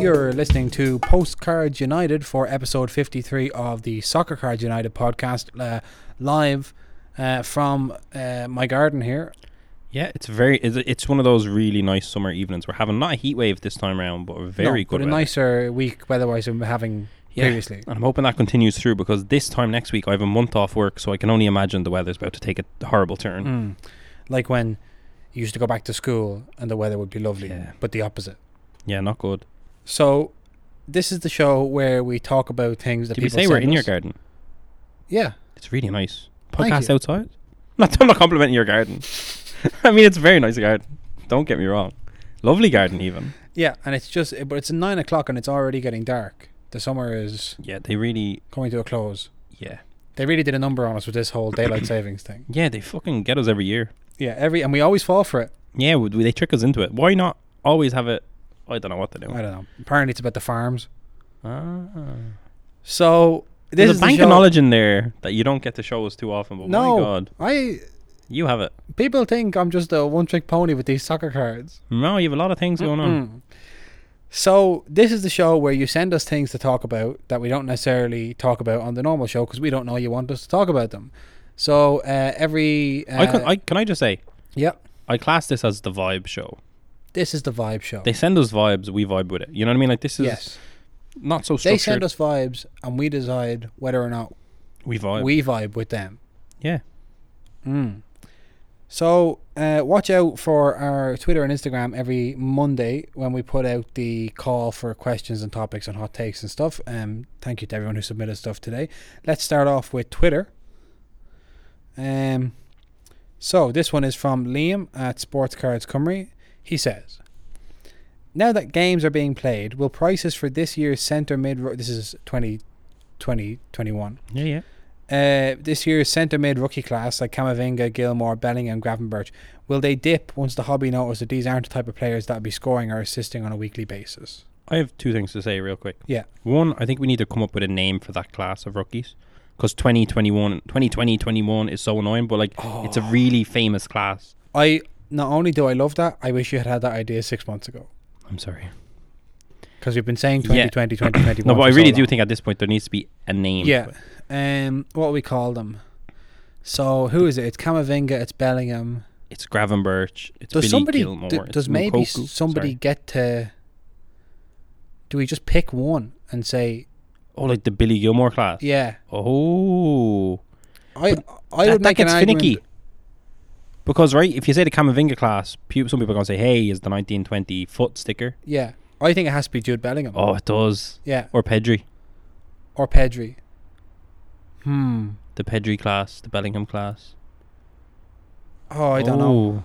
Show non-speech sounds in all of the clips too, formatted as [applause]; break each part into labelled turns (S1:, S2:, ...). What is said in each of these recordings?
S1: You're listening to Postcards United for episode 53 of the Soccer Cards United podcast, uh, live uh, from uh, my garden here.
S2: Yeah, it's very. It's it's one of those really nice summer evenings we're having. Not a heat wave this time around, but a very
S1: No,
S2: good.
S1: But a
S2: weather.
S1: nicer week weather-wise than we're having
S2: Yeah.
S1: previously.
S2: And I'm hoping that continues through because this time next week I have a month off work, so I can only imagine the weather's about to take a horrible turn.
S1: Mm. Like when you used to go back to school and the weather would be lovely,
S2: Yeah.
S1: but the opposite.
S2: Yeah, not good.
S1: So this is the show where we talk about things that
S2: Did we
S1: people
S2: say we're
S1: send
S2: in your
S1: us.
S2: garden?
S1: Yeah.
S2: It's really nice.
S1: Thank
S2: Podcast
S1: you.
S2: outside? Not, I'm not complimenting your garden. [laughs] I mean, it's a very nice garden. Don't get me wrong. Lovely garden, even.
S1: Yeah, and it's just, but it's nine o'clock and it's already getting dark. The summer is
S2: Yeah, they really.
S1: coming to a close.
S2: Yeah.
S1: They really did a number on us with this whole daylight savings thing.
S2: Yeah, they fucking get us every year.
S1: Yeah, every and we always fall for it.
S2: Yeah, w- they trick us into it. Why not always have it? I don't know what to do.
S1: I don't know. Apparently, it's about the farms.
S2: Ah.
S1: So this
S2: There's
S1: is
S2: a bank
S1: the
S2: of
S1: show-
S2: knowledge in there that you don't get to show us too often, but
S1: No,
S2: my god,
S1: I
S2: you have it.
S1: people think I'm just a one-trick pony with these soccer cards.
S2: No, you have a lot of things going on.
S1: Mm. So this is the show where you send us things to talk about that we don't necessarily talk about on the normal show because we don't know you want us to talk about them. So uh, every uh,
S2: I, can, I can I just say
S1: yep,
S2: I class this as the vibe show.
S1: this is the vibe show.
S2: They send us vibes, we vibe with it. You know what I mean? Like this is
S1: yes,
S2: not so
S1: they
S2: structured.
S1: send us vibes and we decide whether or not
S2: we vibe.
S1: we vibe with them.
S2: yeah,
S1: Mm. So uh, watch out for our Twitter and Instagram every Monday when we put out the call for questions and topics and hot takes and stuff. Um, thank you to everyone who submitted stuff today. Let's start off with Twitter. Um, so this one is from Liam at Sports Cards Cymru. He says, "Now that games are being played, will prices for this year's centre mid ro- this is 2020 21
S2: yeah, yeah.
S1: uh, this year's centre mid rookie class, like Camavinga, Gilmore, Bellingham, Gravenberch, will they dip once the hobby knows that these aren't the type of players that would be scoring or assisting on a weekly basis?
S2: I have two things to say real quick.
S1: Yeah.
S2: One, I think we need to come up with a name for that class of rookies because 2021, 2020, 21 is so annoying, but like it's
S1: Oh.
S2: a really famous class.
S1: I not only do I love that, I wish you had had that idea six months ago
S2: I'm sorry.
S1: because we've been saying
S2: Yeah.
S1: 2020,
S2: [coughs]
S1: 2021.
S2: No, but I
S1: for so
S2: really
S1: long.
S2: do think at this point there needs to be a name.
S1: Yeah.
S2: to it.
S1: Um, what do we call them? So who is it? It's Camavinga. It's Bellingham.
S2: It's Gravenberch. It's
S1: Does
S2: Billy
S1: somebody?
S2: Gilmore.
S1: d-
S2: it's
S1: does maybe
S2: Lukaku.
S1: somebody
S2: Sorry.
S1: get to? Do we just pick one and say,
S2: Oh, like the Billy Gilmore class.
S1: yeah?
S2: Oh,
S1: I I
S2: that,
S1: would
S2: that
S1: make
S2: gets
S1: an argument-
S2: finicky. Because right, if you say the Camavinga class, peop some people are gonna say, "Hey, is the 1920 foot sticker?"
S1: Yeah. I think it has to be Jude Bellingham.
S2: Oh, it does.
S1: Yeah.
S2: Or Pedri,
S1: Or Pedri. Hmm.
S2: the Pedri class, the Bellingham class.
S1: Oh, I don't know.
S2: Oh.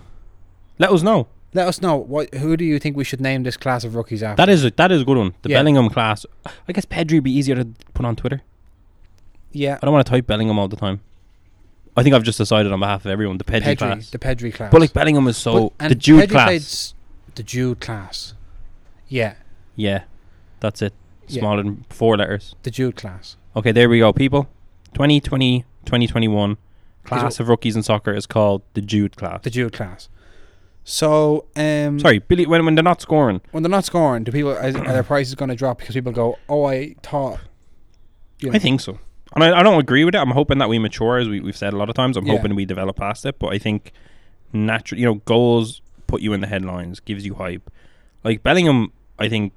S2: Let us know.
S1: Let us know what who do you think we should name this class of rookies after?
S2: That is a, that is a good one. The
S1: Yeah.
S2: Bellingham class. I guess Pedri would be easier to put on Twitter.
S1: yeah.
S2: I don't want to type Bellingham all the time. I think I've just decided on behalf of everyone the Pedri,
S1: Pedri,
S2: class.
S1: the Pedri class.
S2: but like Bellingham is so
S1: But- and
S2: the Jude
S1: Pedri
S2: class.
S1: played s- the Jude class. Yeah,
S2: Yeah, that's it.
S1: Yeah.
S2: Smaller than four letters.
S1: the Jude class.
S2: Okay, there we go, people. 2020, 2021 class
S1: what-
S2: of rookies in soccer is called the Jude class.
S1: The Jude class. So, um
S2: Sorry, Billy. When, when they're not scoring,
S1: when they're not scoring, do people are, are their prices going to drop because people go, "Oh, I thought you know,
S2: I think so. And I, I don't agree with it. I'm hoping that we mature, as we, we've said a lot of times. I'm
S1: Yeah.
S2: hoping we develop past it. But I think natural, you know, goals put you in the headlines, gives you hype. Like Bellingham, I think,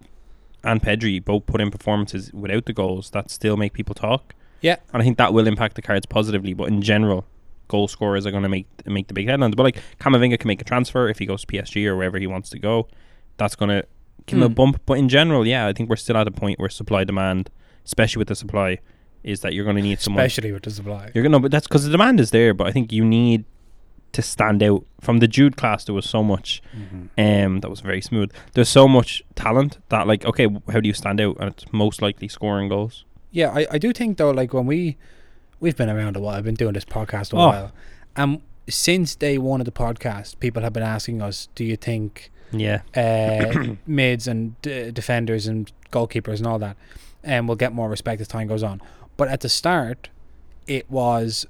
S2: and Pedri both put in performances without the goals that still make people talk.
S1: Yeah.
S2: and I think that will impact the cards positively. But in general, goal scorers are going to make make the big headlines. But like Camavinga can make a transfer if he goes to PSG or wherever he wants to go. That's going to give him a
S1: Hmm.
S2: bump. But in general, yeah, I think we're still at a point where supply demand, especially with the supply, is that you're going to need someone.
S1: especially with the supply."
S2: You're gonna, but that's because the demand is there. But I think you need to stand out. From the Jude class, there was so much.
S1: Mhm.
S2: Um, that was very smooth. There's so much talent that, like, okay, w- how do you stand out? And it's most likely scoring goals.
S1: Yeah, I, I do think though, like when we we've been around a while, I've been doing this podcast a
S2: Oh.
S1: while, and since day one of the podcast, people have been asking us, "Do you think
S2: Yeah,
S1: uh, mids and d- defenders and goalkeepers and all that, and will get more respect as time goes on?" But at the start, it was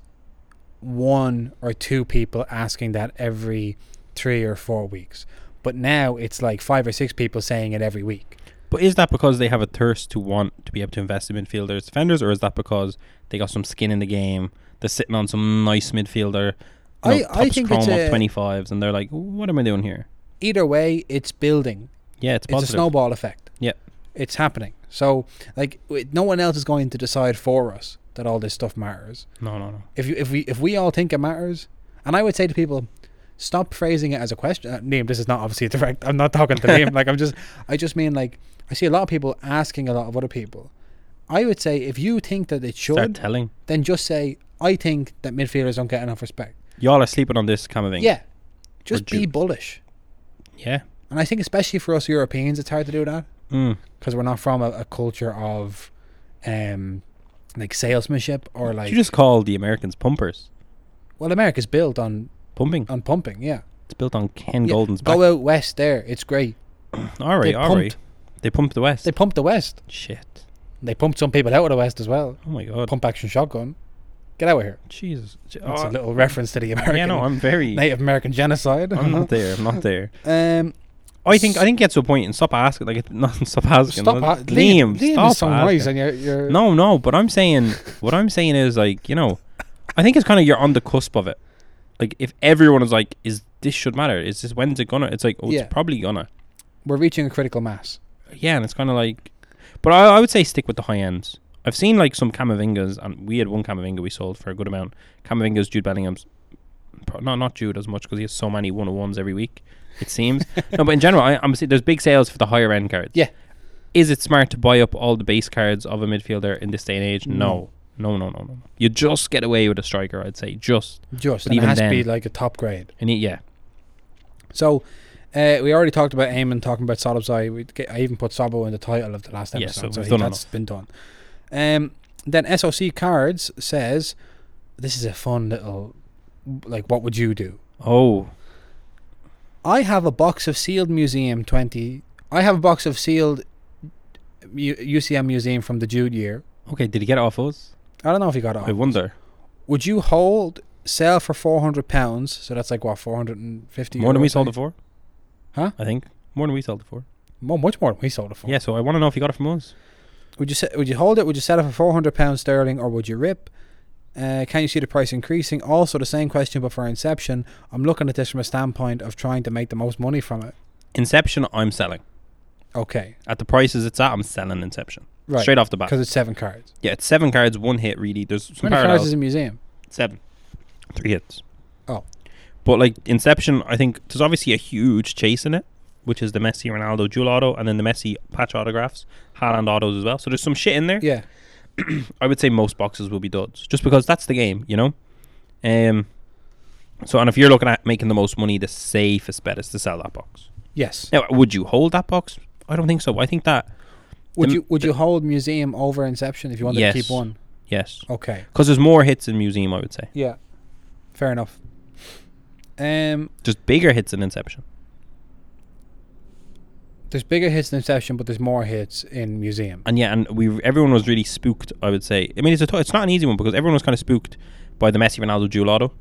S1: one or two people asking that every three or four weeks. But now it's like five or six people saying it every week.
S2: But is that because they have a thirst to want to be able to invest in midfielders, defenders, or is that because they got some skin in the game? They're sitting on some nice midfielder, you
S1: I-
S2: know,
S1: I
S2: tops
S1: think
S2: chrome
S1: it's
S2: off
S1: a-
S2: 25s, and they're like, what am I doing here?
S1: Either way, it's building.
S2: Yeah, it's
S1: It's
S2: positive.
S1: a snowball effect.
S2: Yeah.
S1: It's happening. So, like, w- no one else is going to decide for us that all this stuff matters.
S2: No, no, no.
S1: If you, if we if we all think it matters, and I would say to people, stop phrasing it as a question. Uh, Liam, this is not obviously a direct. I'm not talking to
S2: [laughs]
S1: Liam. Like I'm just, I just mean like I see a lot of people asking a lot of other people. I would say if you think that it
S2: Start
S1: should,
S2: telling.
S1: then just say I think that midfielders don't get enough respect.
S2: Y'all are sleeping on this kind of thing.
S1: Yeah, just be
S2: duped.
S1: bullish.
S2: Yeah.
S1: And I think especially for us Europeans, it's hard to do that
S2: Mm.
S1: because we're not from a, a culture of, um, like salesmanship or like.
S2: you just call the Americans pumpers.
S1: well, America's built on
S2: Pumping.
S1: on pumping. Yeah.
S2: It's built on Ken
S1: Uh, Yeah,
S2: Golden's back.
S1: Go out west there. It's great.
S2: All
S1: They
S2: right, all right.
S1: pumped.
S2: They pumped the West.
S1: They pumped the west.
S2: Shit.
S1: They pumped some people out of the west as well.
S2: Oh my God.
S1: Pump action shotgun. Get out of here.
S2: Jesus. J-
S1: That's
S2: oh,
S1: a little reference to the American
S2: yeah, no, I'm very.
S1: [laughs] Native American genocide.
S2: I'm
S1: [laughs]
S2: not there. I'm not there.
S1: Um,
S2: I think I think it gets to a point and stop asking. Like, [laughs] it- not stop asking.
S1: stop.
S2: Like,
S1: a-
S2: Liam,
S1: Liam
S2: stop
S1: is so
S2: asking.
S1: nice, and you're, you're
S2: No, no. But I'm saying what I'm saying is like you know, I think it's kind of you're on the cusp of it. Like if everyone is like, is this should matter? Is this when's it gonna? It's like oh,
S1: Yeah.
S2: it's probably gonna.
S1: We're reaching a critical mass.
S2: Yeah, and it's kind of like, but I, I would say stick with the high ends. I've seen like some Camavingas, and we had one Camavinga we sold for a good amount. Camavingas, Jude Bellingham's, pro- no, not Jude as much because he has so many one on ones every week.
S1: [laughs]
S2: It seems no, but in general, I, I'm seeing there's big sales for the higher end cards.
S1: Yeah.
S2: is it smart to buy up all the base cards of a midfielder in this day and age?
S1: No.
S2: No, no, no, no, no. You just get away with a striker, I'd say. Just
S1: Just
S2: But
S1: and it
S2: even
S1: has
S2: then-
S1: to be like a top grade.
S2: and it- yeah,
S1: So. Uh, we already talked about Eamon talking about Solobzai. We g- I even put Sabo in the title of the last
S2: Yeah,
S1: episode, so
S2: so we've
S1: he-
S2: done
S1: that's been done. Um, then SOC Cards says, "This is a fun little, like, what would you do?
S2: oh,
S1: I have a box of sealed museum 20. I have a box of sealed U- UCM museum from the Jude year.
S2: okay. Did he get it off us?
S1: I don't know if he got it.
S2: I
S1: off.
S2: wonder.
S1: Would you hold, sell for 400 pounds? So that's like what, 450
S2: More than we
S1: euros,
S2: sold
S1: I
S2: it for?
S1: Huh?
S2: I think more than we sold it for.
S1: think? Mo- much more than we sold it for.
S2: Yeah, so I want to know if you got it from us.
S1: Would you se- would you hold it? Would you sell it for 400 pounds sterling or would you rip? Uh, can you see the price increasing? Also, the same question, but for Inception, I'm looking at this from a standpoint of trying to make the most money from it.
S2: Inception, I'm selling.
S1: Okay,
S2: At the prices it's at, I'm selling Inception.
S1: right?
S2: Straight off the bat.
S1: because it's seven cards.
S2: Yeah, it's seven cards, one hit, really. There's
S1: How
S2: some
S1: many cards
S2: parallels.
S1: is a museum?
S2: seven. Three hits.
S1: Oh.
S2: But like Inception, I think there's obviously a huge chase in it, which is the Messi Ronaldo dual auto and then the Messi patch autographs, Haaland autos as well. So there's some shit in there.
S1: Yeah,
S2: I would say most boxes will be duds, just because that's the game, you know. Um. So and if you're looking at making the most money, the safest bet is to sell that box.
S1: yes.
S2: Now, would you hold that box? I don't think so. I think that
S1: Would
S2: The-
S1: you would you hold Museum over Inception if you wanted to keep
S2: Yes.
S1: one?
S2: yes,
S1: Okay.
S2: because there's more hits in Museum. I would say
S1: Yeah. Fair enough. Um,
S2: just bigger hits in Inception.
S1: there's bigger hits in Inception, but there's more hits in Museum.
S2: and yeah, and we everyone was really spooked. I would say. I mean, it's a t- it's not an easy one because everyone was kind of spooked by the Messi Ronaldo dual auto.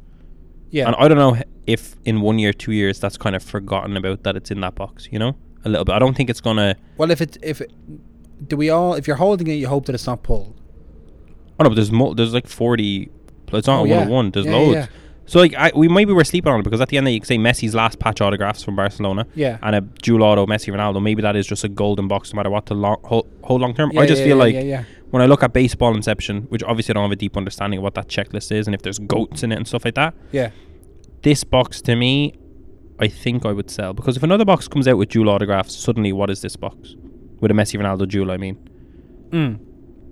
S1: Yeah.
S2: And I don't know h- if in one year, two years, that's kind of forgotten about that it's in that box. You know, a little bit. I don't think it's gonna.
S1: well, if it if it, do we all if you're holding it, you hope that it's not pulled.
S2: Oh no, but there's mo- there's like forty. It's not
S1: Oh,
S2: a
S1: yeah.
S2: one one. There's
S1: Yeah, yeah,
S2: loads.
S1: yeah.
S2: So like I, we maybe we're sleeping on it because at the end they say Messi's last patch autographs from Barcelona.
S1: Yeah.
S2: And a dual auto Messi Ronaldo. Maybe that is just a golden box no matter what to long hold, hold long term.
S1: Yeah,
S2: I just
S1: yeah,
S2: feel
S1: yeah,
S2: like
S1: yeah, yeah.
S2: when I look at baseball inception, which obviously I don't have a deep understanding of what that checklist is and if there's goats in it and stuff like that.
S1: Yeah.
S2: This box to me, I think I would sell because if another box comes out with dual autographs, suddenly what is this box with a Messi Ronaldo dual? I mean.
S1: Mm.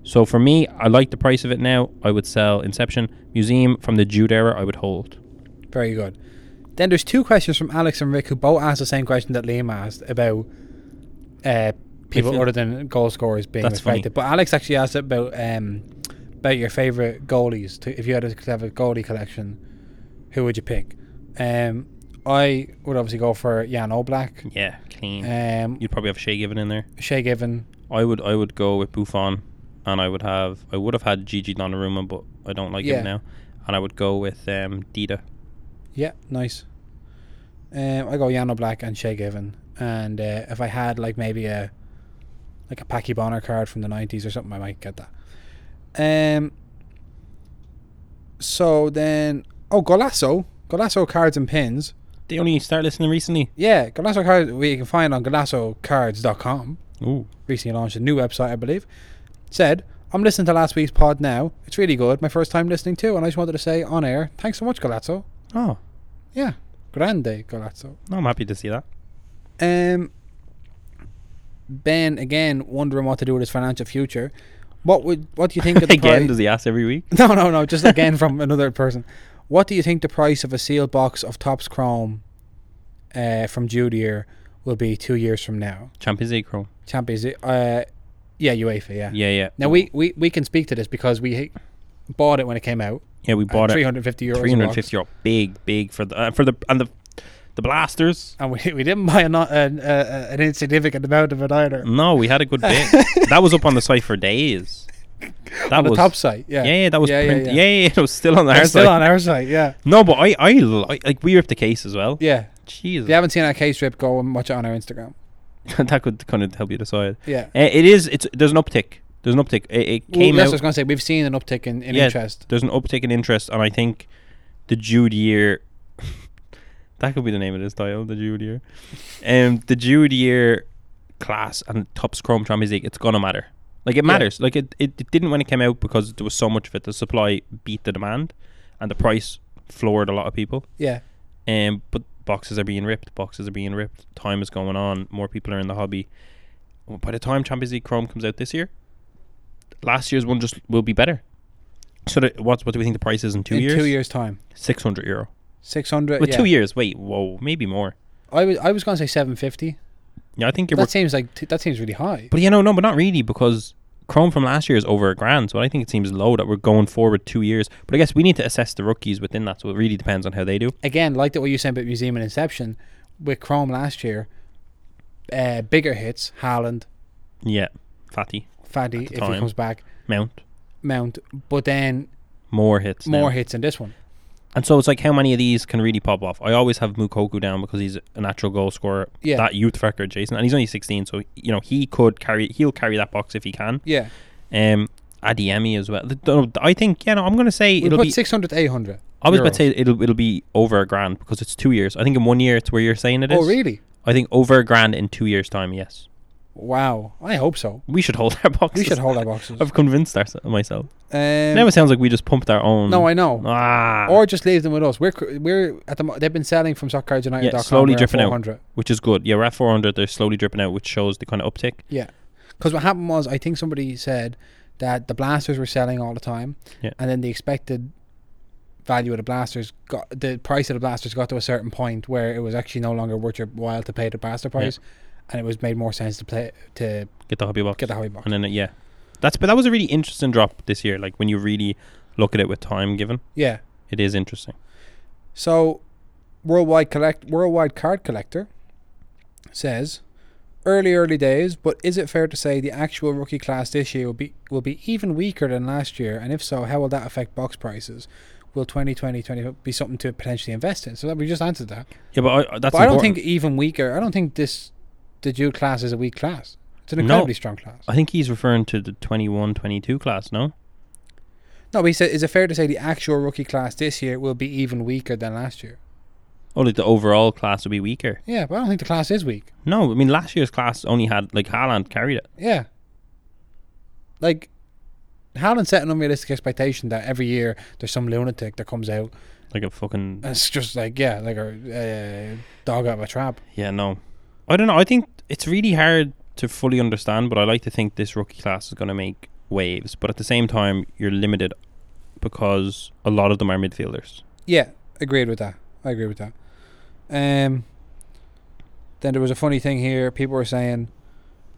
S2: So for me, I like the price of it now. I would sell Inception Museum from the Jude era. I would hold.
S1: Very good. Then there's two questions from Alex and Rick who both asked the same question that Liam asked about uh, people
S2: feel-
S1: other than goal scorers being
S2: That's funny.
S1: affected. But Alex actually asked about um, about your favorite goalies. To, if you had a clever goalie collection, who would you pick? Um, I would obviously go for Jan Oblak,
S2: Yeah, clean.
S1: um,
S2: You'd probably have Shea Given in there.
S1: Shea Given.
S2: I would. I would go with Buffon, and I would have. I would have had Gigi Donnarumma, but I don't like
S1: Yeah.
S2: him now. And I would go with um, Dida.
S1: Yeah, nice. Um, I go Jan Oblak and Shea Given. And uh, if I had like maybe a like a Packy Bonner card from the 90s or something, I might get that. Um, so then, oh, Golasso. Golasso cards and pins.
S2: They only started listening recently.
S1: Yeah, Golasso cards we can find on golassocards.com.
S2: Ooh.
S1: Recently launched a new website, I believe. Said, I'm listening to last week's pod now. It's really good. My first time listening too, and I just wanted to say on air, thanks so much, Golazzo.
S2: Oh,
S1: Yeah, grande, Golazzo.
S2: no, I'm happy to see that.
S1: Um, ben again wondering what to do with his financial future. What would what do you
S2: [laughs]
S1: think of the
S2: Again,
S1: price-
S2: does he ask every week?
S1: [laughs] No, no, no. Just again from [laughs] another person. What do you think the price of a sealed box of Topps Chrome uh, from Judier will be two years from now?
S2: Champions League Chrome.
S1: Champions, League- uh, yeah, UEFA, yeah.
S2: Yeah, yeah.
S1: Now we, we we can speak to this because we h- bought it when it came out.
S2: yeah, we bought
S1: at
S2: it.
S1: 350 euros. a box.
S2: 350 euro. Big, big for the uh, for the and the the blasters.
S1: And we, [laughs] we didn't buy a not, an, uh, an insignificant amount of it either.
S2: No, we had a
S1: [laughs]
S2: good bit. that was up on the site for days. That
S1: on
S2: was
S1: the top site, yeah.
S2: Yeah, yeah, that was
S1: Yeah, yeah,
S2: print- yeah,
S1: yeah.
S2: yeah. it was still on
S1: It's
S2: our
S1: still
S2: site.
S1: on our site, yeah.
S2: No, but I, I, li- like we ripped the case as well.
S1: Yeah. If
S2: Jesus,
S1: you haven't seen our case strip, go and watch it on our Instagram.
S2: [laughs] that could kind of help you decide.
S1: Yeah.
S2: Uh, it is. It's there's an uptick. There's an uptick. It, it
S1: Well,
S2: came
S1: that's what I
S2: out.
S1: was going to say. We've seen an uptick in, in
S2: Yeah.
S1: interest.
S2: There's an uptick in interest, and I think the Jude year. [laughs] that could be the name of this title, the Jude year. Um, the Jude year class and tops Chrome Champions League. It's gonna matter. Like it
S1: Yeah.
S2: matters. Like it, it, it didn't when it came out because there was so much of it. The supply beat the demand, and the price floored a lot of people.
S1: Yeah.
S2: Um, but boxes are being ripped. Boxes are being ripped. Time is going on. More people are in the hobby. Well, By the time Champions League Chrome comes out this year, last year's one just will be better. So that, what what do we think the price is in two
S1: in
S2: years?
S1: two years' time.
S2: six hundred euro.
S1: 600.
S2: With
S1: yeah.
S2: two years, wait, whoa, maybe more.
S1: I was, I was going to say 750.
S2: Yeah, I think you're.
S1: That seems like t- that seems really high.
S2: but you know, no, but not really because Chrome from last year is over a grand. So I think it seems low that we're going forward two years. But I guess we need to assess the rookies within that. So it really depends on how they do.
S1: Again, like that what you said about Museum and Inception, with Chrome last year, uh, bigger hits, Haaland,
S2: Yeah, Fatty
S1: Faddy,
S2: At the
S1: if he
S2: time.
S1: comes back,
S2: Mount
S1: Mount, but then
S2: more hits. now.
S1: more hits in this one.
S2: And so it's like how many of these can really pop off? I always have Mukoku down because he's a natural goal scorer.
S1: Yeah.
S2: That youth record, Jason, and he's only sixteen, so you know he could carry. He'll carry that box if he can.
S1: Yeah.
S2: Um, Adiemi as well. Th- th- I think yeah. No, I'm gonna say
S1: We
S2: it'll
S1: put
S2: be.
S1: 600 to 800.
S2: I was
S1: euros.
S2: about to say it'll it'll be over a grand because it's two years. I think in one year it's where you're saying it is.
S1: Oh, really?
S2: I think over a grand in two years' time. Yes,
S1: Wow. I hope so.
S2: we should hold our
S1: We
S2: boxes.
S1: should hold our boxes.
S2: [laughs] I've convinced ourselves myself.
S1: Um,
S2: now it sounds like we just pumped our own.
S1: no, I know.
S2: Ah,
S1: Or just leave them with us. We're cr- we're at the mo- they've been selling from soccercardsunited.com.
S2: Yeah, slowly
S1: we're at
S2: dripping out.
S1: 400.
S2: which is good. Yeah, we're at 400. They're slowly dripping out, which shows the kind of uptick.
S1: Yeah, because what happened was I think somebody said that the blasters were selling all the time,
S2: Yeah.
S1: and then the expected value of the blasters got the price of the blasters got to a certain point where it was actually no longer worth your while to pay the blaster price, and it was made more sense to play to
S2: Get the hobby box.
S1: get the hobby box.
S2: And then it, yeah, that's but that was a really interesting drop this year. Like when you really look at it with time given,
S1: Yeah,
S2: it is interesting.
S1: So, worldwide collect worldwide card collector says, early early days, but is it fair to say the actual rookie class this year will be will be even weaker than last year? And if so, how will that affect box prices? Will 2020 be something to potentially invest in? So that we just answered that.
S2: Yeah, but I, uh, that's
S1: but I don't
S2: important.
S1: think even weaker. I don't think this the Jude class is a weak class. It's an
S2: No.
S1: incredibly strong class.
S2: I think he's referring to the 21-22 class. No,
S1: No, but he said, is it fair to say the actual rookie class this year will be even weaker than last year?
S2: only Oh, the overall class would be weaker.
S1: Yeah, but I don't think the class is weak.
S2: No, I mean last year's class only had like Haaland carried it.
S1: Yeah. Like, Haaland set an unrealistic expectation that every year there's some lunatic that comes out.
S2: Like a fucking
S1: And it's just like, yeah, like a uh, dog out of a trap.
S2: yeah. No, I don't know. I think it's really hard to fully understand, but I like to think this rookie class is going to make waves. But at the same time, you're limited because a lot of them are midfielders.
S1: Yeah, agreed with that. I agree with that. Um. Then there was a funny thing here. People were saying,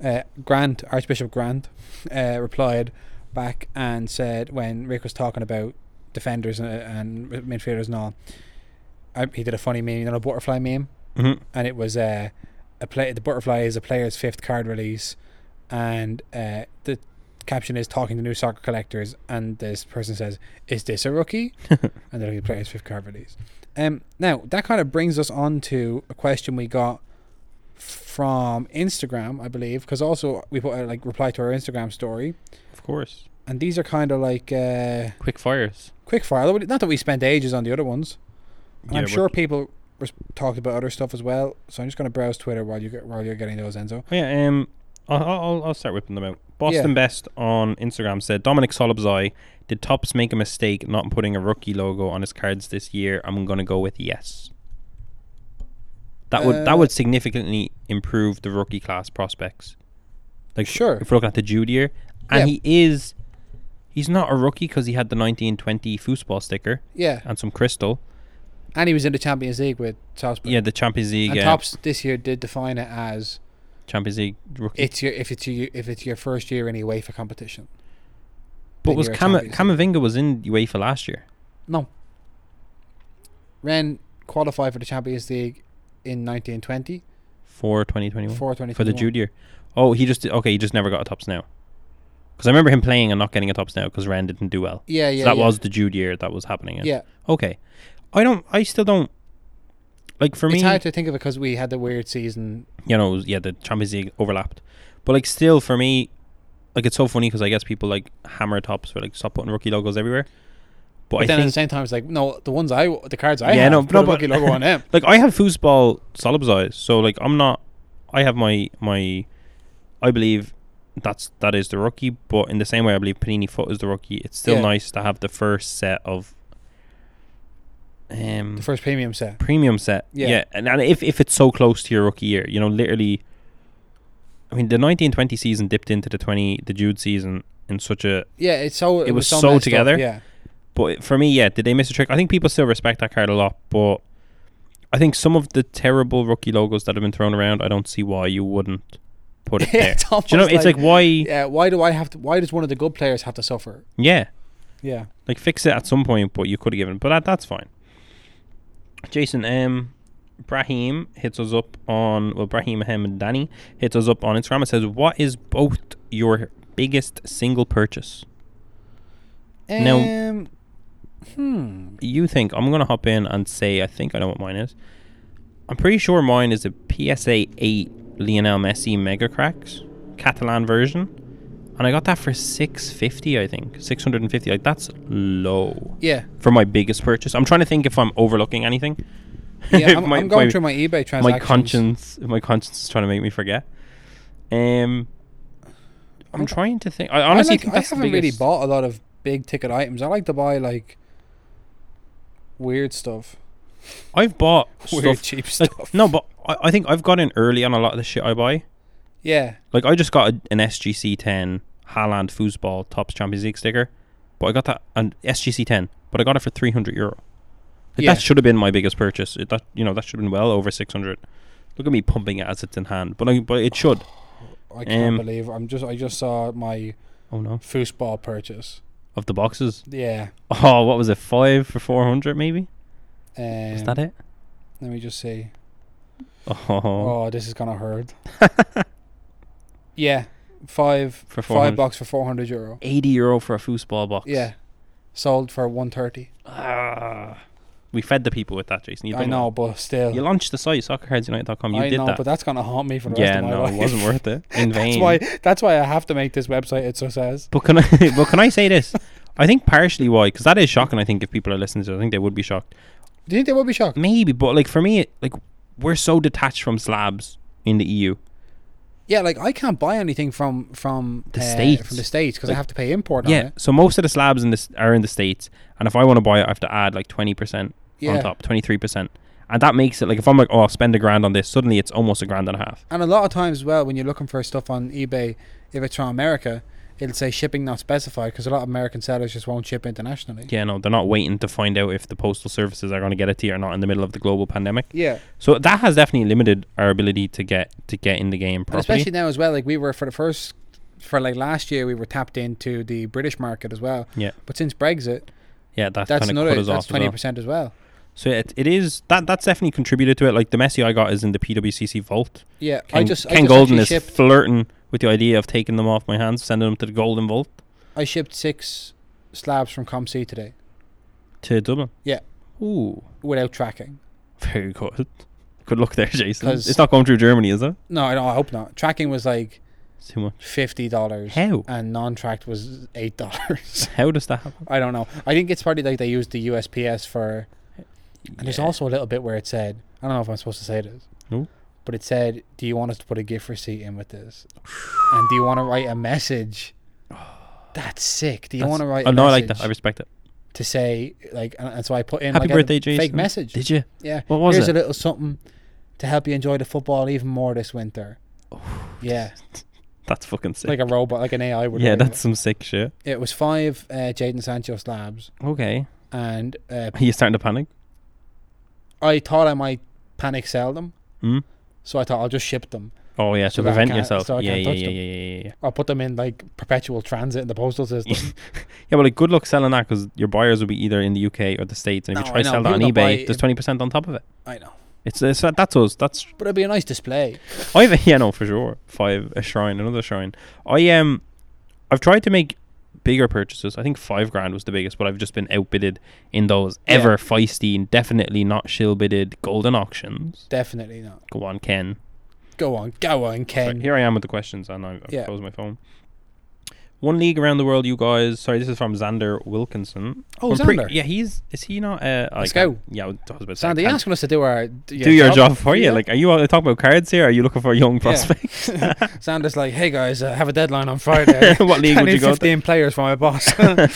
S1: uh, Grant, Archbishop Grant, [laughs] uh, replied back and said when Rick was talking about defenders and, and midfielders and all, I, he did a funny meme, you know, a butterfly meme.
S2: Mm-hmm.
S1: and it was uh, a play. The butterfly is a player's fifth card release, and uh, the caption is talking to new soccer collectors. And this person says, "Is this a rookie?" and they're like, the player's fifth card release. Um, now that kind of brings us on to a question we got from Instagram, I believe, because also we put a like reply to our Instagram story,
S2: Of course.
S1: and these are kind of like uh,
S2: Quick fires.
S1: quick fire. Not that we spent ages on the other ones. And
S2: Yeah,
S1: I'm
S2: but-
S1: sure people res- talked about other stuff as well. So I'm just going to browse Twitter while you get, while you're getting those, Enzo.
S2: Oh, yeah, um, I'll, I'll, I'll start whipping them out. Boston
S1: Yeah.
S2: Best on Instagram said Dominic Solobzai, did Tops make a mistake not putting a rookie logo on his cards this year? I'm going to go with yes. That would
S1: Uh,
S2: that would significantly improve the rookie class prospects. Like
S1: Sure.
S2: if we're looking at the Jude year, and
S1: Yeah.
S2: he is, he's not a rookie because he had the 1920 foosball sticker
S1: Yeah,
S2: and some crystal.
S1: and he was in the Champions League with Salzburg.
S2: Yeah, the Champions League,
S1: and
S2: uh,
S1: Tops this year did define it as
S2: Champions League rookie.
S1: it's your if it's your if it's your first year in a UEFA competition.
S2: but
S1: then
S2: was
S1: you're a
S2: Kama,
S1: Champions League.
S2: Kamavinga was in UEFA last year?
S1: No. Ren qualified for the Champions League in 1920
S2: for 2021
S1: for 2021.
S2: for the Jude year. Oh, he just okay. He just never got a tops now. Because I remember him playing and not getting a tops now because Ren didn't do well.
S1: Yeah, yeah.
S2: so that
S1: yeah.
S2: was the Jude year that was happening.
S1: yeah.
S2: Okay. I don't. I still don't. Like for
S1: it's
S2: me,
S1: hard to think of it because we had the weird season.
S2: you know, it was- yeah, the Champions League overlapped, but like still for me, like it's so funny because I guess people like hammer tops for like stop putting rookie logos everywhere. But,
S1: But
S2: I
S1: then at the
S2: think
S1: same time, it's like no, the ones I the cards I
S2: Yeah,
S1: have,
S2: no,
S1: put
S2: no,
S1: a
S2: but-
S1: rookie
S2: [laughs]
S1: logo on them.
S2: like I have foosball solipsize, so like I'm not. I have my my. I believe that's that is the rookie, but in the same way, I believe Panini Foot is the rookie. It's still
S1: Yeah.
S2: nice to have the first set of. Um,
S1: The first premium set.
S2: premium set.
S1: Yeah.
S2: Yeah. And, and if, if it's so close to your rookie year, you know, literally, I mean, the 1920 season dipped into the 20, the Jude season in such a.
S1: Yeah, it's so it,
S2: It was
S1: so
S2: so
S1: messed up,
S2: together.
S1: Yeah,
S2: But for me, yeah, did they miss a trick? I think people still respect that card a lot, but I think some of the terrible rookie logos that have been thrown around, I don't see why you wouldn't put it there.
S1: [laughs] It's
S2: Do you know,
S1: almost
S2: it's like, why. Yeah.
S1: yeah. Why do I have to? Why does one of the good players have to suffer? Yeah,
S2: Like, fix it at some point, but you could have given. But that, that's fine. Jason M. Brahim hits us up on well, Brahim Hem and Danny hits us up on Instagram and says, "What is both your biggest single purchase?"
S1: Um,
S2: Now-
S1: hmm.
S2: You think I'm gonna hop in and say I think I know what mine is. I'm pretty sure mine is a PSA eight Lionel Messi Mega Cracks Catalan version, and I got that for six fifty. I think six hundred and fifty. Like that's low. [laughs]
S1: Yeah,
S2: for my biggest purchase. I'm trying to think if I'm overlooking anything.
S1: yeah.
S2: [laughs] If
S1: I'm, I'm going through my eBay transactions.
S2: my conscience. if My conscience is trying to make me forget. Um, I'm
S1: I-
S2: trying to think. I honestly
S1: I, like,
S2: think
S1: I
S2: that's the
S1: haven't really
S2: biggest.
S1: bought a lot of big ticket items. I like to buy like weird
S2: [laughs]
S1: stuff,
S2: I've bought
S1: weird
S2: stuff.
S1: cheap
S2: Like,
S1: stuff.
S2: no, but I, I think I've got in early on a lot of the shit I buy.
S1: yeah,
S2: Like I just got a, an SGC ten Haaland foosball tops Champions League sticker, but I got that an SGC ten, but I got it for three hundred euro. Like
S1: Yeah.
S2: that should have been my biggest purchase. It, that you know that should have been well over six hundred. Look at me pumping it as it's in hand, but I, but it should.
S1: I can't
S2: Um,
S1: believe I'm just. I just saw my
S2: Oh no,
S1: foosball purchase.
S2: of the boxes. [laughs]
S1: Yeah.
S2: Oh, what was it? Five for four hundred, maybe.
S1: Um,
S2: Is that it? [laughs]
S1: Let me just see.
S2: Oh,
S1: Oh, this is gonna
S2: [laughs]
S1: hurt. yeah, five
S2: For
S1: five
S2: 400.
S1: bucks for four hundred euro.
S2: eighty euro for a foosball box.
S1: Yeah, sold for one thirty.
S2: Ah. we fed the people with that, Jason. You
S1: I
S2: don't
S1: know, but still,
S2: You launched the site soccercardsunited.com. You
S1: I
S2: did
S1: know,
S2: that.
S1: but that's gonna haunt me for the rest
S2: yeah,
S1: of my
S2: no,
S1: life.
S2: it wasn't worth it. In
S1: [laughs] that's
S2: vain.
S1: why. That's why I have to make this website. It so says.
S2: But can I? [laughs] but can I say this? I think partially why, because that is shocking. I think if people are listening to, it, I think they would be shocked.
S1: Do you think they will be shocked?
S2: Maybe, but like for me, it- like we're so detached from slabs in the E EU.
S1: Yeah, like I can't buy anything from from
S2: The
S1: uh,
S2: States.
S1: from the states because I
S2: Like-
S1: have to pay import on
S2: Yeah.
S1: it.
S2: So most of the slabs in this are in the states, and if I want to buy it, I have to add like twenty percent
S1: Yeah,
S2: on top, twenty three percent, and that makes it like if I'm like, oh, I'll spend a grand on this, suddenly it's almost a grand and a half.
S1: and a lot of times, as well, when you're looking for stuff on eBay, if it's from America, it'll say shipping not specified because a lot of American sellers just won't ship internationally.
S2: Yeah, no, they're not waiting to find out if the postal services are going to get it to you or not in the middle of the global pandemic.
S1: yeah.
S2: So that has definitely limited our ability to get to get in the game
S1: And
S2: properly.
S1: especially now as well, like we were for the first, for like last year, we were tapped into the British market as well.
S2: Yeah.
S1: But since Brexit,
S2: yeah, that's,
S1: that's
S2: kind of cut
S1: another
S2: us
S1: that's
S2: off. as
S1: twenty
S2: well.
S1: percent as well.
S2: So it, it is that that's definitely contributed to it. Like the Messi I got is in the PWCC vault.
S1: Yeah,
S2: Ken,
S1: I just I
S2: Ken
S1: just
S2: Golden
S1: actually
S2: is
S1: shipped.
S2: flirting with the idea of taking them off my hands, sending them to the Golden Vault
S1: I shipped six slabs from ComC today
S2: to Dublin.
S1: Yeah.
S2: Ooh,
S1: without tracking.
S2: very good. Good luck there, Jason.
S1: 'Cause-
S2: It's not going through Germany, is it?
S1: No, I, don't, I hope not. Tracking was like
S2: It's too much.
S1: fifty dollars,
S2: How?
S1: and non-tracked was eight dollars. [laughs]
S2: How does that happen?
S1: I don't know. I think it's probably like they used the USPS for. And there's
S2: Yeah.
S1: also a little bit where it said, I don't know if I'm supposed to say this.
S2: No.
S1: But it said, "Do you want us to put a gift receipt in with this? And do you want to write a
S2: [sighs]
S1: message?" That's sick. Do you
S2: That's-
S1: want to write?
S2: Oh,
S1: a
S2: no, I
S1: message
S2: like that. I respect it.
S1: to say like, and, and so I put in
S2: Happy
S1: like,
S2: birthday,
S1: a
S2: Jason.
S1: fake message.
S2: Did you?
S1: Yeah.
S2: What was
S1: Here's
S2: it?
S1: a little something to help you enjoy the football even more this winter. yeah,
S2: That's fucking sick.
S1: like a robot, like an AI would.
S2: yeah,
S1: write it.
S2: that's some sick shit.
S1: It was five uh, Jaden Sancho slabs,
S2: Okay.
S1: and uh,
S2: Are you starting to panic?
S1: I thought I might panic sell them,
S2: Mm?
S1: so I thought I'll just ship them.
S2: Oh, yeah,
S1: So
S2: to
S1: that I
S2: prevent
S1: can't-
S2: yourself.
S1: so I
S2: yeah,
S1: can't
S2: yeah,
S1: touch
S2: yeah,
S1: them.
S2: yeah, yeah, yeah, yeah.
S1: I'll put them in like perpetual transit in the postal system.
S2: [laughs] Yeah, but like, good luck selling that because your buyers will be either in the UK or the States. And if
S1: No,
S2: you
S1: I
S2: try to
S1: know,
S2: sell that on
S1: people that
S2: eBay,
S1: buy-
S2: there's 20% on top of it.
S1: I know,
S2: It's, it's That's us. That's
S1: but it'd be a nice display.
S2: I have [laughs] a, yeah, no, for sure. Five a shrine, another shrine. I um, I've tried to make bigger purchases. I think five grand was the biggest, but I've just been outbidded in those
S1: Yeah.
S2: ever feisty and definitely not shill bidded golden auctions.
S1: Definitely not.
S2: Go on, Ken.
S1: Go on, go on,
S2: Sorry,
S1: Ken.
S2: here I am with the questions, and I've, I've
S1: Yeah.
S2: closed my phone. One league around the world, you guys. Sorry, this is from Xander Wilkinson.
S1: Oh,
S2: From pre-
S1: Xander.
S2: yeah, he's is he not? Uh, I
S1: Let's
S2: can't-
S1: go.
S2: Yeah, I was I was about to say, I
S1: Sandy, you're
S2: can't
S1: asking us to do our uh,
S2: do your job, for you. Like, are you all talking about cards here? Or are you looking for
S1: [laughs]
S2: young prospects?
S1: Sander's like, hey guys, I have a deadline on Friday.
S2: [laughs] what league
S1: I
S2: would
S1: need
S2: you go to?
S1: 15 players for my
S2: [laughs]
S1: boss.
S2: Uh,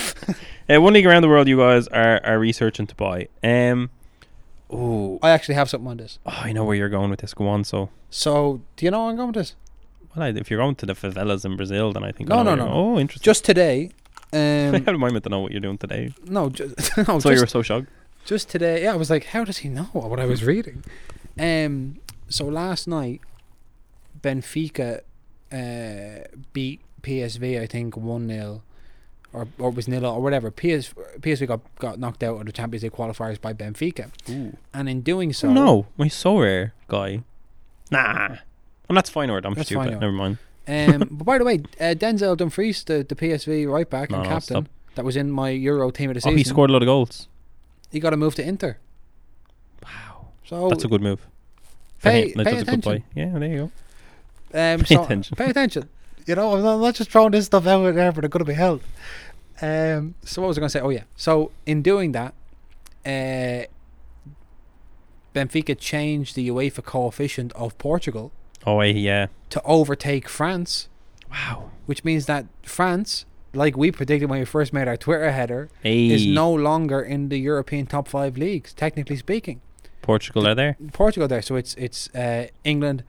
S2: one league around the world, you guys are, are researching to buy. Um, ooh, oh,
S1: I actually have something on this.
S2: I know where you're going with this. Go on, so
S1: So, do you know where I'm going with this?
S2: well, I, if you're going to the favelas in Brazil, then I think I
S1: No,
S2: know
S1: no,
S2: where
S1: no,
S2: you're- Oh, interesting. [laughs]
S1: Just today.
S2: I [laughs]
S1: Um,
S2: had a moment to know what you're doing today.
S1: [laughs] no, just, no
S2: so you
S1: Oh, just,
S2: were so shocked.
S1: just today. Yeah, I was like, how does he know what I was reading? Um, so last night, Benfica uh, beat PSV, I think, 1 0. Or, or it was nil or whatever. PS, PSV got, got knocked out of the Champions League qualifiers by Benfica,
S2: Ooh.
S1: and in doing so,
S2: no, my so rare guy. Nah, well, that's fine word. I'm
S1: That's
S2: stupid.
S1: Feyenoord.
S2: Never mind.
S1: Um, but by the way, uh, Denzel Dumfries, the, the PSV right back
S2: No,
S1: and
S2: no,
S1: captain,
S2: stop.
S1: that was in my Euro team of the
S2: Oh,
S1: season.
S2: he scored a lot of goals.
S1: He got a move to Inter.
S2: Wow,
S1: So
S2: that's a good move. For
S1: Oh, pay,
S2: him, like,
S1: pay
S2: that's a
S1: attention.
S2: good play. Yeah, there you go.
S1: Um,
S2: Pay
S1: so-
S2: attention.
S1: Pay attention. You know, I'm not, I'm not just throwing this stuff out there, but it could be held. Um, so what was I going to say? Oh yeah. So in doing that, uh, Benfica changed the UEFA coefficient of Portugal
S2: Oh, eh, yeah.
S1: to overtake France,
S2: Wow.
S1: which means that France, like we predicted when we first made our Twitter header,
S2: Hey,
S1: is no longer in the European top five leagues, technically speaking.
S2: Portugal are there?
S1: Portugal there, so it's it's uh, England,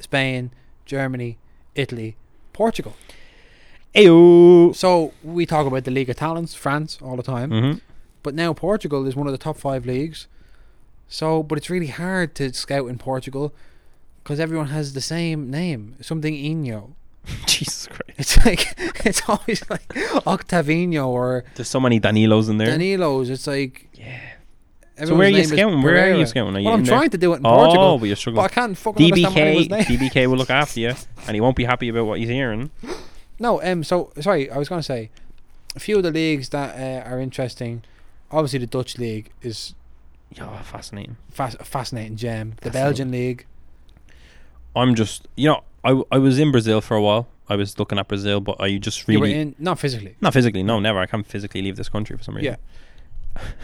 S1: Spain, Germany, Italy, Portugal.
S2: Ayo.
S1: So we talk about the League of Talents, France, all the time,
S2: Mm-hmm. [laughs]
S1: but now Portugal is one of the top five leagues. So, but it's really hard to scout in Portugal because everyone has the same name, something Inho.
S2: Jesus Christ.
S1: It's [laughs] like it's always like Octavinho or
S2: There's so many Danilos in there.
S1: Danilos. It's like
S2: Yeah. So
S1: everyone's
S2: where are you
S1: name is
S2: scouting? Where are
S1: Pereira.
S2: you scouting? Are you
S1: Well, I'm
S2: in there?
S1: trying to do it in
S2: Oh,
S1: Portugal.
S2: but you're
S1: But I
S2: struggling.
S1: can't fucking understand
S2: DBK,
S1: what his name.
S2: DBK will look after you, and he won't be happy about what he's hearing.
S1: No, um, so sorry, I was gonna say, a few of the leagues that uh, are interesting. Obviously, the Dutch league is
S2: Yeah, fascinating.
S1: fas- a fascinating gem. The
S2: Fascinating.
S1: Belgian league,
S2: I'm just, you know, I, w- I was in Brazil for a while. I was looking at Brazil, but I just
S1: you were
S2: really
S1: in not physically.
S2: not physically. No, never. I can't physically leave this country for some
S1: Yeah,
S2: reason.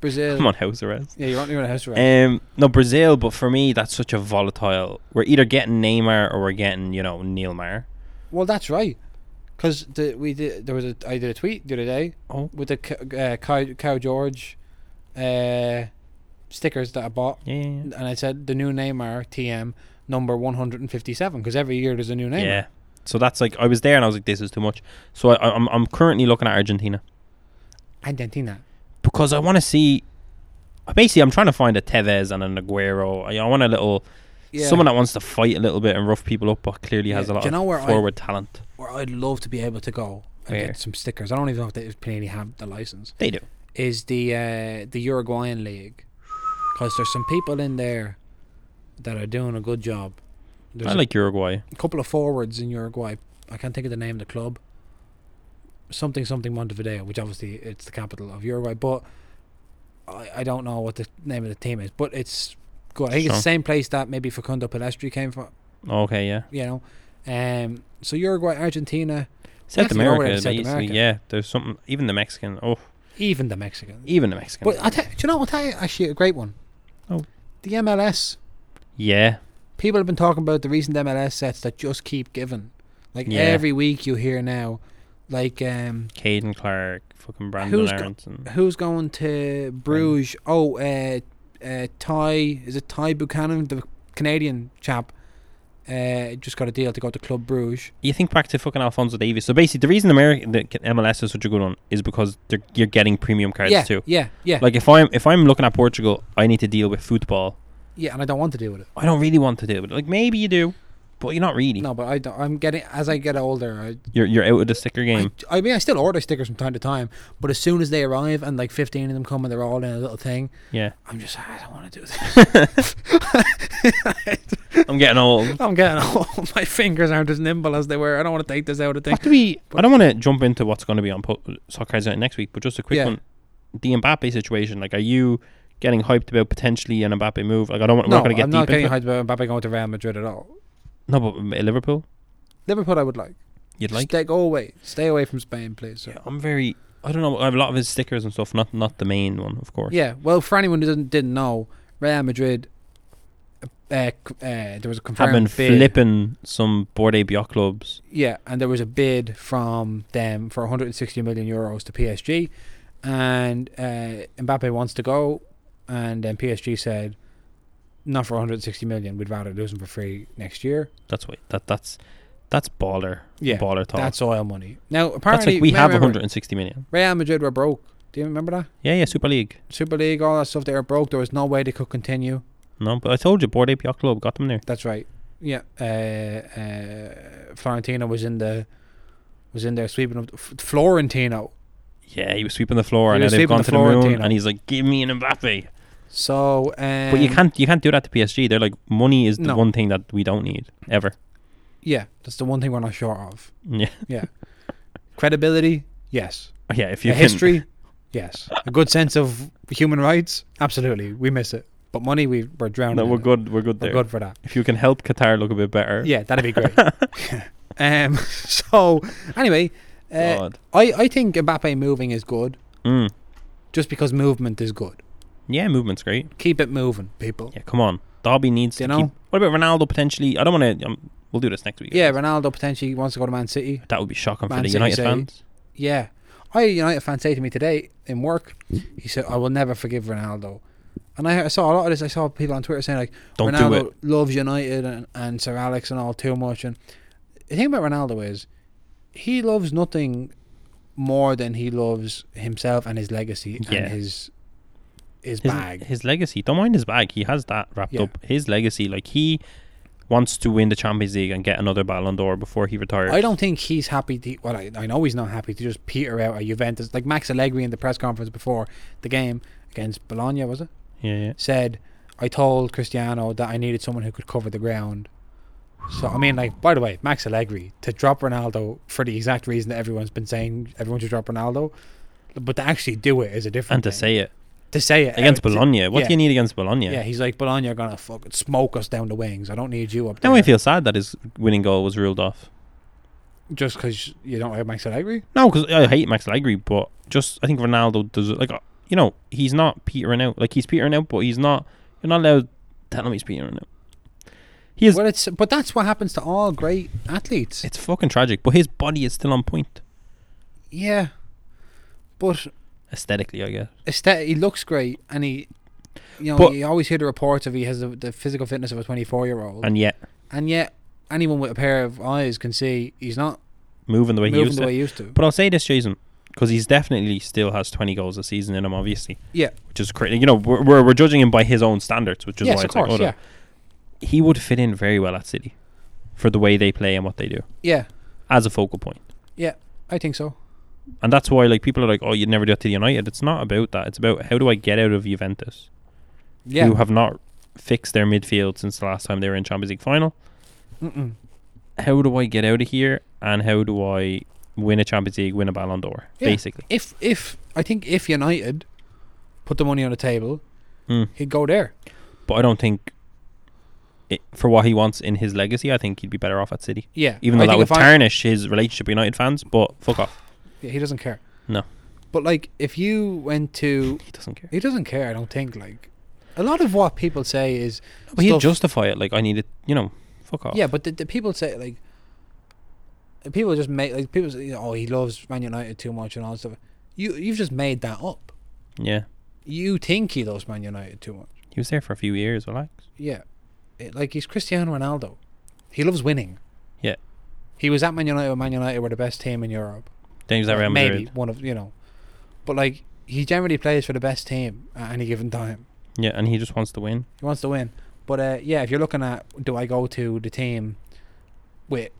S1: Brazil.
S2: [laughs] I'm on house arrest.
S1: Yeah, you're on, you're on a house arrest.
S2: Um, no, Brazil, but for me, that's such a volatile. We're either getting Neymar or we're getting, you know, Neilmar.
S1: well, that's right, because the, we did there was a I did a tweet the other day
S2: Oh,
S1: with the C- uh, cow cow George, uh, stickers that I bought,
S2: yeah, yeah, yeah.
S1: and I said the new Neymar TM number one hundred and fifty seven because every year there's a new Neymar.
S2: Yeah. So that's like I was there and I was like, this is too much. So I, I'm I'm currently looking at Argentina
S1: Argentina.
S2: because I want to see. Basically, I'm trying to find a Tevez and an Aguero. I, I want a little someone that wants to fight a little bit and rough people up, but clearly has
S1: Yeah.
S2: a lot
S1: Do you know where
S2: of
S1: I-
S2: forward talent.
S1: where I'd love to be able to go and
S2: Where?
S1: get some stickers. I don't even know if they Panini have the license.
S2: They do.
S1: Is the uh, the Uruguayan league? Because there's some people in there that are doing a good job. There's
S2: I like Uruguay.
S1: a couple of forwards in Uruguay. I can't think of the name of the club. Something something Montevideo, which obviously it's the capital of Uruguay, but I, I don't know what the name of the team is. But it's good. I think it's the
S2: Strong.
S1: same place that maybe Facundo Pelestri came from.
S2: Okay, yeah.
S1: You know, um, so Uruguay, Argentina,
S2: South
S1: Definitely over
S2: America,
S1: in South
S2: they-
S1: America.
S2: yeah. There's something. Even the Mexican. Oh,
S1: even the Mexicans.
S2: even the Mexican.
S1: But I tell, do you know? I'll tell you actually a great one.
S2: Oh.
S1: the MLS.
S2: yeah,
S1: People have been talking about the recent MLS sets that just keep giving. Like
S2: Yeah.
S1: every week you hear now, like um,
S2: Caden Clark, fucking Brandon
S1: Who's got-
S2: Aronson.
S1: who's going to
S2: Um,
S1: Bruges? Oh, uh, uh, Ty is it Ty Buchanan, the Canadian chap? Uh, just got a deal to go to Club Bruges.
S2: you think back to fucking Alfonso Davies. So basically, the reason America the c- MLS is such a good one is because they're, you're getting premium cards
S1: yeah,
S2: too.
S1: yeah, yeah,
S2: Like if I'm if I'm looking at Portugal, I need to deal with football.
S1: yeah. And I don't want to deal with it.
S2: I don't really want to deal with it. Like maybe you do, but you're not really.
S1: No, but I don't, I'm getting as I get older. I,
S2: You're you're out of the
S1: [laughs]
S2: sticker game.
S1: I, I mean, I still order stickers from time to time, but as soon as they arrive and like 15 of them come and they're all in a little thing,
S2: yeah,
S1: I'm just "Ah, I don't want to do this.
S2: I'm getting old.
S1: I'm getting [laughs] old. My fingers aren't as nimble as they were. I don't want to take this out of thing.
S2: What do we? I don't want to jump into what's going to be on po- soccer cards Night next week, but just a quick
S1: Yeah.
S2: one. The Mbappe situation. Like, are you getting hyped about potentially an Mbappe move? Like, I don't. Want, we're not going to get
S1: I'm
S2: deep
S1: not getting
S2: into it.
S1: hyped about Mbappe going to Real Madrid at all.
S2: No, but um, Liverpool.
S1: Liverpool, I would like.
S2: You'd like?
S1: stay, go away. Stay away from Spain, please. sir.
S2: Yeah, I'm very. I don't know. I have a lot of his stickers and stuff. Not not the main one, of course.
S1: Yeah, well, for anyone who didn't didn't know, Real Madrid, uh, c- uh, there was a
S2: have
S1: confirmed
S2: been
S1: bid.
S2: flipping some Borde Biot clubs.
S1: Yeah, and there was a bid from them for 160 million euros to PSG, and uh, Mbappe wants to go, and then PSG said, not for 160 million. We'd rather lose him for free next year.
S2: That's what that that's that's baller.
S1: Yeah,
S2: baller talk. That's,
S1: That's oil money. Now apparently
S2: like we
S1: remember-
S2: have 160 million.
S1: Real Madrid were broke. Do you remember that
S2: Yeah, yeah, Super League.
S1: Super League, all that stuff? They were broke. There was no way they could continue.
S2: No, but I told you Borde Biot club got them there.
S1: That's right. Yeah, uh, uh, Florentino was in the was in there sweeping up F- Florentino.
S2: Yeah, he was sweeping the floor,
S1: He
S2: and now
S1: was
S2: they've
S1: sweeping
S2: gone
S1: the
S2: to the
S1: floor,
S2: moon,
S1: Tino.
S2: and he's like, "Give me an Mbappe."
S1: So, um,
S2: but you can't you can't do that to PSG. They're like, money is the
S1: No.
S2: one thing that we don't need ever. [laughs]
S1: Yeah, that's the one thing we're not sure of.
S2: Yeah,
S1: [laughs]
S2: Oh,
S1: Credibility, yes.
S2: yeah. If you
S1: a
S2: can,
S1: history, yes. A good sense of human rights, absolutely. We miss it, but money, we we're drowning.
S2: [laughs] no,
S1: in
S2: we're
S1: it.
S2: good. We're good
S1: We're
S2: there.
S1: good for that.
S2: If you can help Qatar look a bit better,
S1: Yeah, that'd be great. [laughs] um. [laughs] So, anyway, uh,
S2: God.
S1: I I think Mbappe moving is good,
S2: Mm.
S1: just because movement is good.
S2: Yeah, movement's great.
S1: Keep it moving, people.
S2: Yeah, come on. Derby needs
S1: You
S2: to
S1: know?
S2: keep. What about Ronaldo potentially? I don't want to. Um, we'll do this next week. I
S1: Yeah,
S2: guess.
S1: Ronaldo potentially wants to go to Man City.
S2: that would be shocking for
S1: Man
S2: the
S1: City
S2: United
S1: say-
S2: fans.
S1: Yeah. I had a United fan say to me today in work, he said, I will never forgive Ronaldo. And I, I saw a lot of this. I saw people on Twitter saying, like,
S2: Don't do
S1: Ronaldo
S2: it.
S1: loves United and, and Sir Alex and all too much. And the thing about Ronaldo is, he loves nothing more than he loves himself and his legacy
S2: Yeah.
S1: and his his
S2: His,
S1: bag.
S2: his legacy. Don't mind his bag. He has that wrapped
S1: Yeah.
S2: up. His legacy. Like he wants to win the Champions League and get another Ballon d'Or before he retires.
S1: I don't think he's happy. To, well, I, I know he's not happy to just peter out at Juventus. Like Max Allegri in the press conference before the game against Bologna, was it?
S2: Yeah, yeah.
S1: Said, I told Cristiano that I needed someone who could cover the ground. So, I mean, like, by the way, Max Allegri to drop Ronaldo for the exact reason that everyone's been saying everyone should drop Ronaldo, but to actually do it is a different
S2: And to
S1: thing.
S2: say it
S1: to say it
S2: against
S1: out-
S2: Bologna. What
S1: yeah.
S2: do you need against Bologna?
S1: Yeah. he's like, Bologna are going to fucking smoke us down the wings. I don't need you up there.
S2: Now I feel sad that his winning goal was ruled off.
S1: Just because you don't like Max Allegri?
S2: No, because I hate Max Allegri, but just I think Ronaldo does it. Like uh, you know, he's not petering out. Like he's petering out, but he's not. You're not allowed to tell him he's petering out. He is
S1: Well, it's but that's what happens to all great athletes.
S2: It's fucking tragic, but his body is still on point
S1: yeah, but
S2: aesthetically, I guess.
S1: aesthetic, he looks great, and he, you know,
S2: But-
S1: you always hear the reports of he has the, the physical fitness of a twenty-four-year-old, and,
S2: And yet,
S1: yet anyone with a pair of eyes can see he's not
S2: moving the way he
S1: moving
S2: used
S1: the
S2: to.
S1: way he used to.
S2: But I'll say this, Jason, because he's definitely still has 20 goals a season in him, obviously,
S1: Yeah,
S2: which is crazy. You know, we're, we're we're judging him by his own standards, which is
S1: yes,
S2: why
S1: of
S2: it's like,
S1: course,
S2: oh,
S1: yeah,
S2: he would fit in very well at City for the way they play and what they do
S1: yeah,
S2: as a focal point.
S1: I think so.
S2: And that's why, like, people are like, "Oh, you'd never do that to United." It's not about that. It's about how do I get out of Juventus,
S1: Yeah,
S2: who have not fixed their midfield since the last time they were in Champions League final.
S1: Mm-mm.
S2: how do I get out of here and how do I win a Champions League, win a Ballon d'Or,
S1: Yeah.
S2: basically.
S1: if if I think if United put the money on the table,
S2: Mm.
S1: he'd go there.
S2: But I don't think it, for what he wants in his legacy, I think he'd be better off at City.
S1: Yeah,
S2: Even though
S1: I
S2: that
S1: think
S2: would
S1: if I-
S2: tarnish his relationship with United fans, but fuck off.
S1: yeah, he doesn't care.
S2: No.
S1: But like, if you went to,
S2: He doesn't care.
S1: he doesn't care. I don't think like a lot of what people say is
S2: But he'd
S1: stuff-
S2: justify it. Like, I need it, you know, fuck off.
S1: Yeah, but the, the people say like people just make like people say, oh he loves Man United too much and all that stuff. You you've just made that up.
S2: Yeah.
S1: You think he loves Man United too much.
S2: He was there for a few years, relax.
S1: Yeah, It- like he's Cristiano Ronaldo. He loves winning.
S2: Yeah.
S1: He was at Man United. when Man United were the best team in Europe.
S2: Then he was at Real Madrid.
S1: Maybe one of you know, but like he generally plays for the best team at any given time.
S2: Yeah, and he just wants to win.
S1: He wants to win. But uh, yeah, if you're looking at do I go to the team with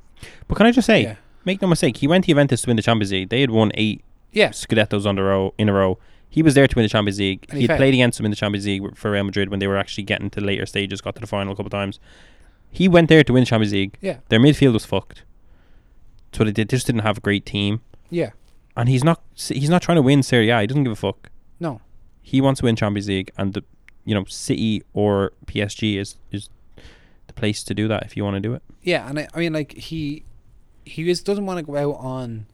S2: But can I just say,
S1: yeah
S2: make no mistake, he went to Juventus to win the Champions League. They had won eight
S1: yeah
S2: Scudettos on the row in a row. He was there to win the Champions League.
S1: And he
S2: he
S1: failed.
S2: played against them in the Champions League for Real Madrid when they were actually getting to later stages, got to the final a couple of times. He went there to win the Champions League.
S1: yeah
S2: Their midfield was fucked. So they did, just didn't have a great team.
S1: yeah
S2: And he's not he's not trying to win Serie A. He doesn't give a fuck.
S1: no
S2: He wants to win Champions League and the you know, City or PSG is is the place to do that if you want to do it.
S1: Yeah, and I, I mean, like he, he just doesn't want to go out on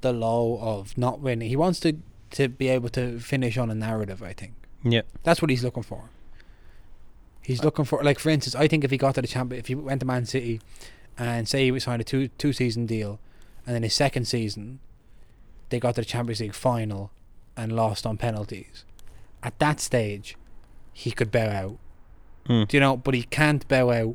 S1: the low of not winning. He wants to to be able to finish on a narrative. I think
S2: Yeah.
S1: that's what he's looking for. He's looking for, like, for instance, I think if he got to the champion, if he went to Man City, and say he was signed a two two season deal, and then his second season, they got to the Champions League final, and lost on penalties. At that stage, he could bow out.
S2: Mm.
S1: Do you know? But he can't bow out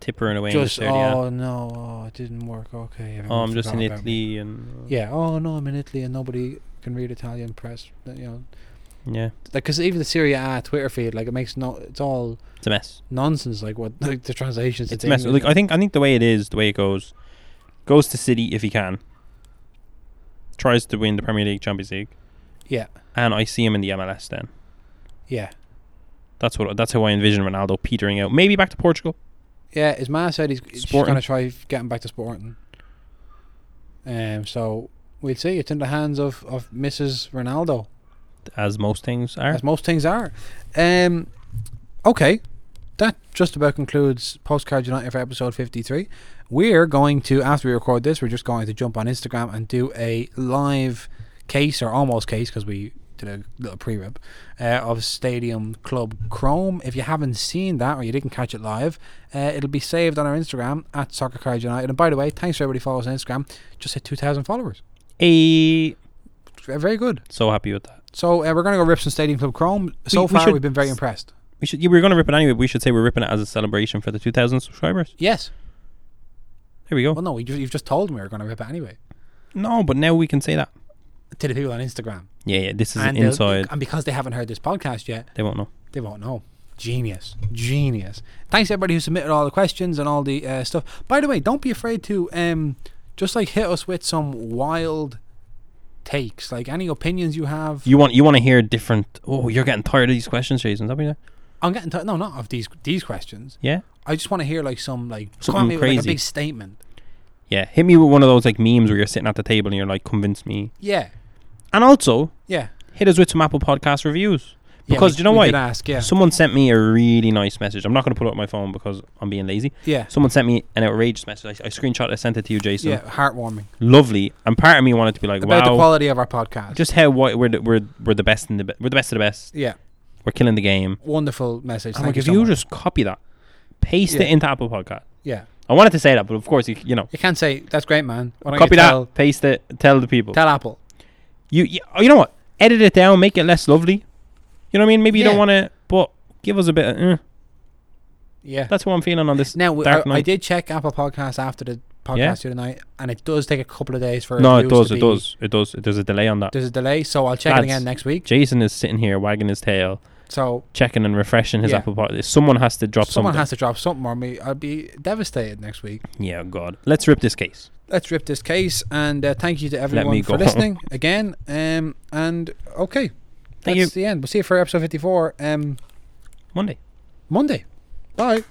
S2: Tippering away
S1: just
S2: in the Serie A.
S1: oh no, oh, it didn't work. Okay,
S2: Oh, I'm just in
S1: forgot about me."
S2: Italy and
S1: Yeah. Oh no, I'm in Italy and nobody can read Italian press. You know,
S2: yeah,
S1: like because even the Syria A Twitter feed, like it makes no, it's all
S2: it's a mess.
S1: nonsense. Like what [laughs] like the translations. to
S2: It's a mess.
S1: English.
S2: Like I think I think the way it is, the way it goes, goes to City if he can. Tries to win the Premier League, Champions League,
S1: yeah,
S2: and I see him in the MLS. Then
S1: yeah,
S2: that's what that's how I envision Ronaldo petering out. Maybe back to Portugal.
S1: yeah. His ma said he's she's
S2: Sporting.
S1: gonna try getting back to Sporting. Um. So we'll see. It's in the hands of of Mrs. Ronaldo.
S2: as most things are.
S1: as most things are. Um, okay, that just about concludes Postcard United for episode 53. We're going to, after we record this, we're just going to jump on Instagram and do a live case or almost case because we did a little pre rip uh, of Stadium Club Chrome. If you haven't seen that or you didn't catch it live, uh, it'll be saved on our Instagram at Soccer Card United. And by the way, thanks for everybody who follows on Instagram. Just hit 2,000 followers.
S2: A
S1: Very good.
S2: so happy with that.
S1: So uh, we're going to go rip some Stadium Club Chrome. So
S2: we
S1: far,
S2: should
S1: we've been very impressed.
S2: We should. Yeah, we were gonna rip it anyway. But we should say we're ripping it as a celebration for the 2,000 subscribers.
S1: Yes.
S2: There we go.
S1: Well, no, we ju- you've just told me we're going to rip it anyway
S2: No, but now we can say that.
S1: to the people on Instagram.
S2: Yeah, yeah. This is an
S1: And they'll-
S2: inside.
S1: And because they haven't heard this podcast yet,
S2: They won't know.
S1: they won't know. Genius, genius. Thanks everybody who submitted all the questions and all the uh, stuff. By the way, don't be afraid to um, just like hit us with some wild takes, like any opinions you have.
S2: You want you want to hear different. Oh, you're getting tired of these questions, Jason. Is that what you-
S1: I'm getting t- no, not of these these questions.
S2: Yeah.
S1: I just want to hear like some like come
S2: Something
S1: at me with, like,
S2: crazy.
S1: a big statement.
S2: Yeah, hit me with one of those like memes where you're sitting at the table and you're like, convince me.
S1: Yeah,
S2: And also,
S1: yeah.
S2: hit us with some Apple Podcast reviews.
S1: Yeah,
S2: Because
S1: we-
S2: you know
S1: we
S2: why?
S1: did ask, yeah,
S2: Someone sent me a really nice message. I'm not going to pull it up on my phone because I'm being lazy.
S1: yeah,
S2: Someone sent me an outrageous message. I, I screenshot it, I sent it to you, Jason.
S1: yeah. Heartwarming
S2: Lovely. And part of me wanted to be like,
S1: about the
S2: wow,
S1: quality of our podcast.
S2: just how why, we're, the, we're, we're the best in the be- we're the best of the best.
S1: yeah,
S2: We're killing the game.
S1: wonderful message.
S2: I'm
S1: Thank
S2: like,
S1: you
S2: if
S1: so
S2: you
S1: much.
S2: just copy that, paste
S1: Yeah.
S2: it into Apple Podcast.
S1: yeah.
S2: I wanted to say that, but of course, you, you know,
S1: You can't say that's great, man. Why don't you
S2: copy that,
S1: Tell,
S2: paste it, tell the people.
S1: tell Apple.
S2: you, you oh, you know what? Edit it down, make it less lovely. You know what I mean? Maybe you don't
S1: Yeah.
S2: want to, but give us a bit. Of, eh.
S1: Yeah.
S2: That's what I'm feeling on this.
S1: now we, I,
S2: Dark
S1: I
S2: Knight.
S1: did check Apple Podcasts after the podcast
S2: Yeah.
S1: the other night, and it does take a couple of days for
S2: no, it
S1: reviews
S2: does,
S1: to
S2: it
S1: be-
S2: does, it does. It There's a delay on that.
S1: There's a delay, so I'll check it
S2: Lads.
S1: again next week.
S2: Jason is sitting here wagging his tail,
S1: So
S2: checking and refreshing his
S1: Yeah.
S2: Apple Podcast. Someone has to drop
S1: someone
S2: something.
S1: has to drop something on me. I'll be devastated next week.
S2: yeah, God. Let's rip this case.
S1: Let's rip this case, and uh, thank you to everyone
S2: me
S1: for
S2: go. [laughs]
S1: listening again. Um, and okay,
S2: Thank
S1: that's the end. We'll see you for episode 54 um,
S2: Monday.
S1: Monday. Bye.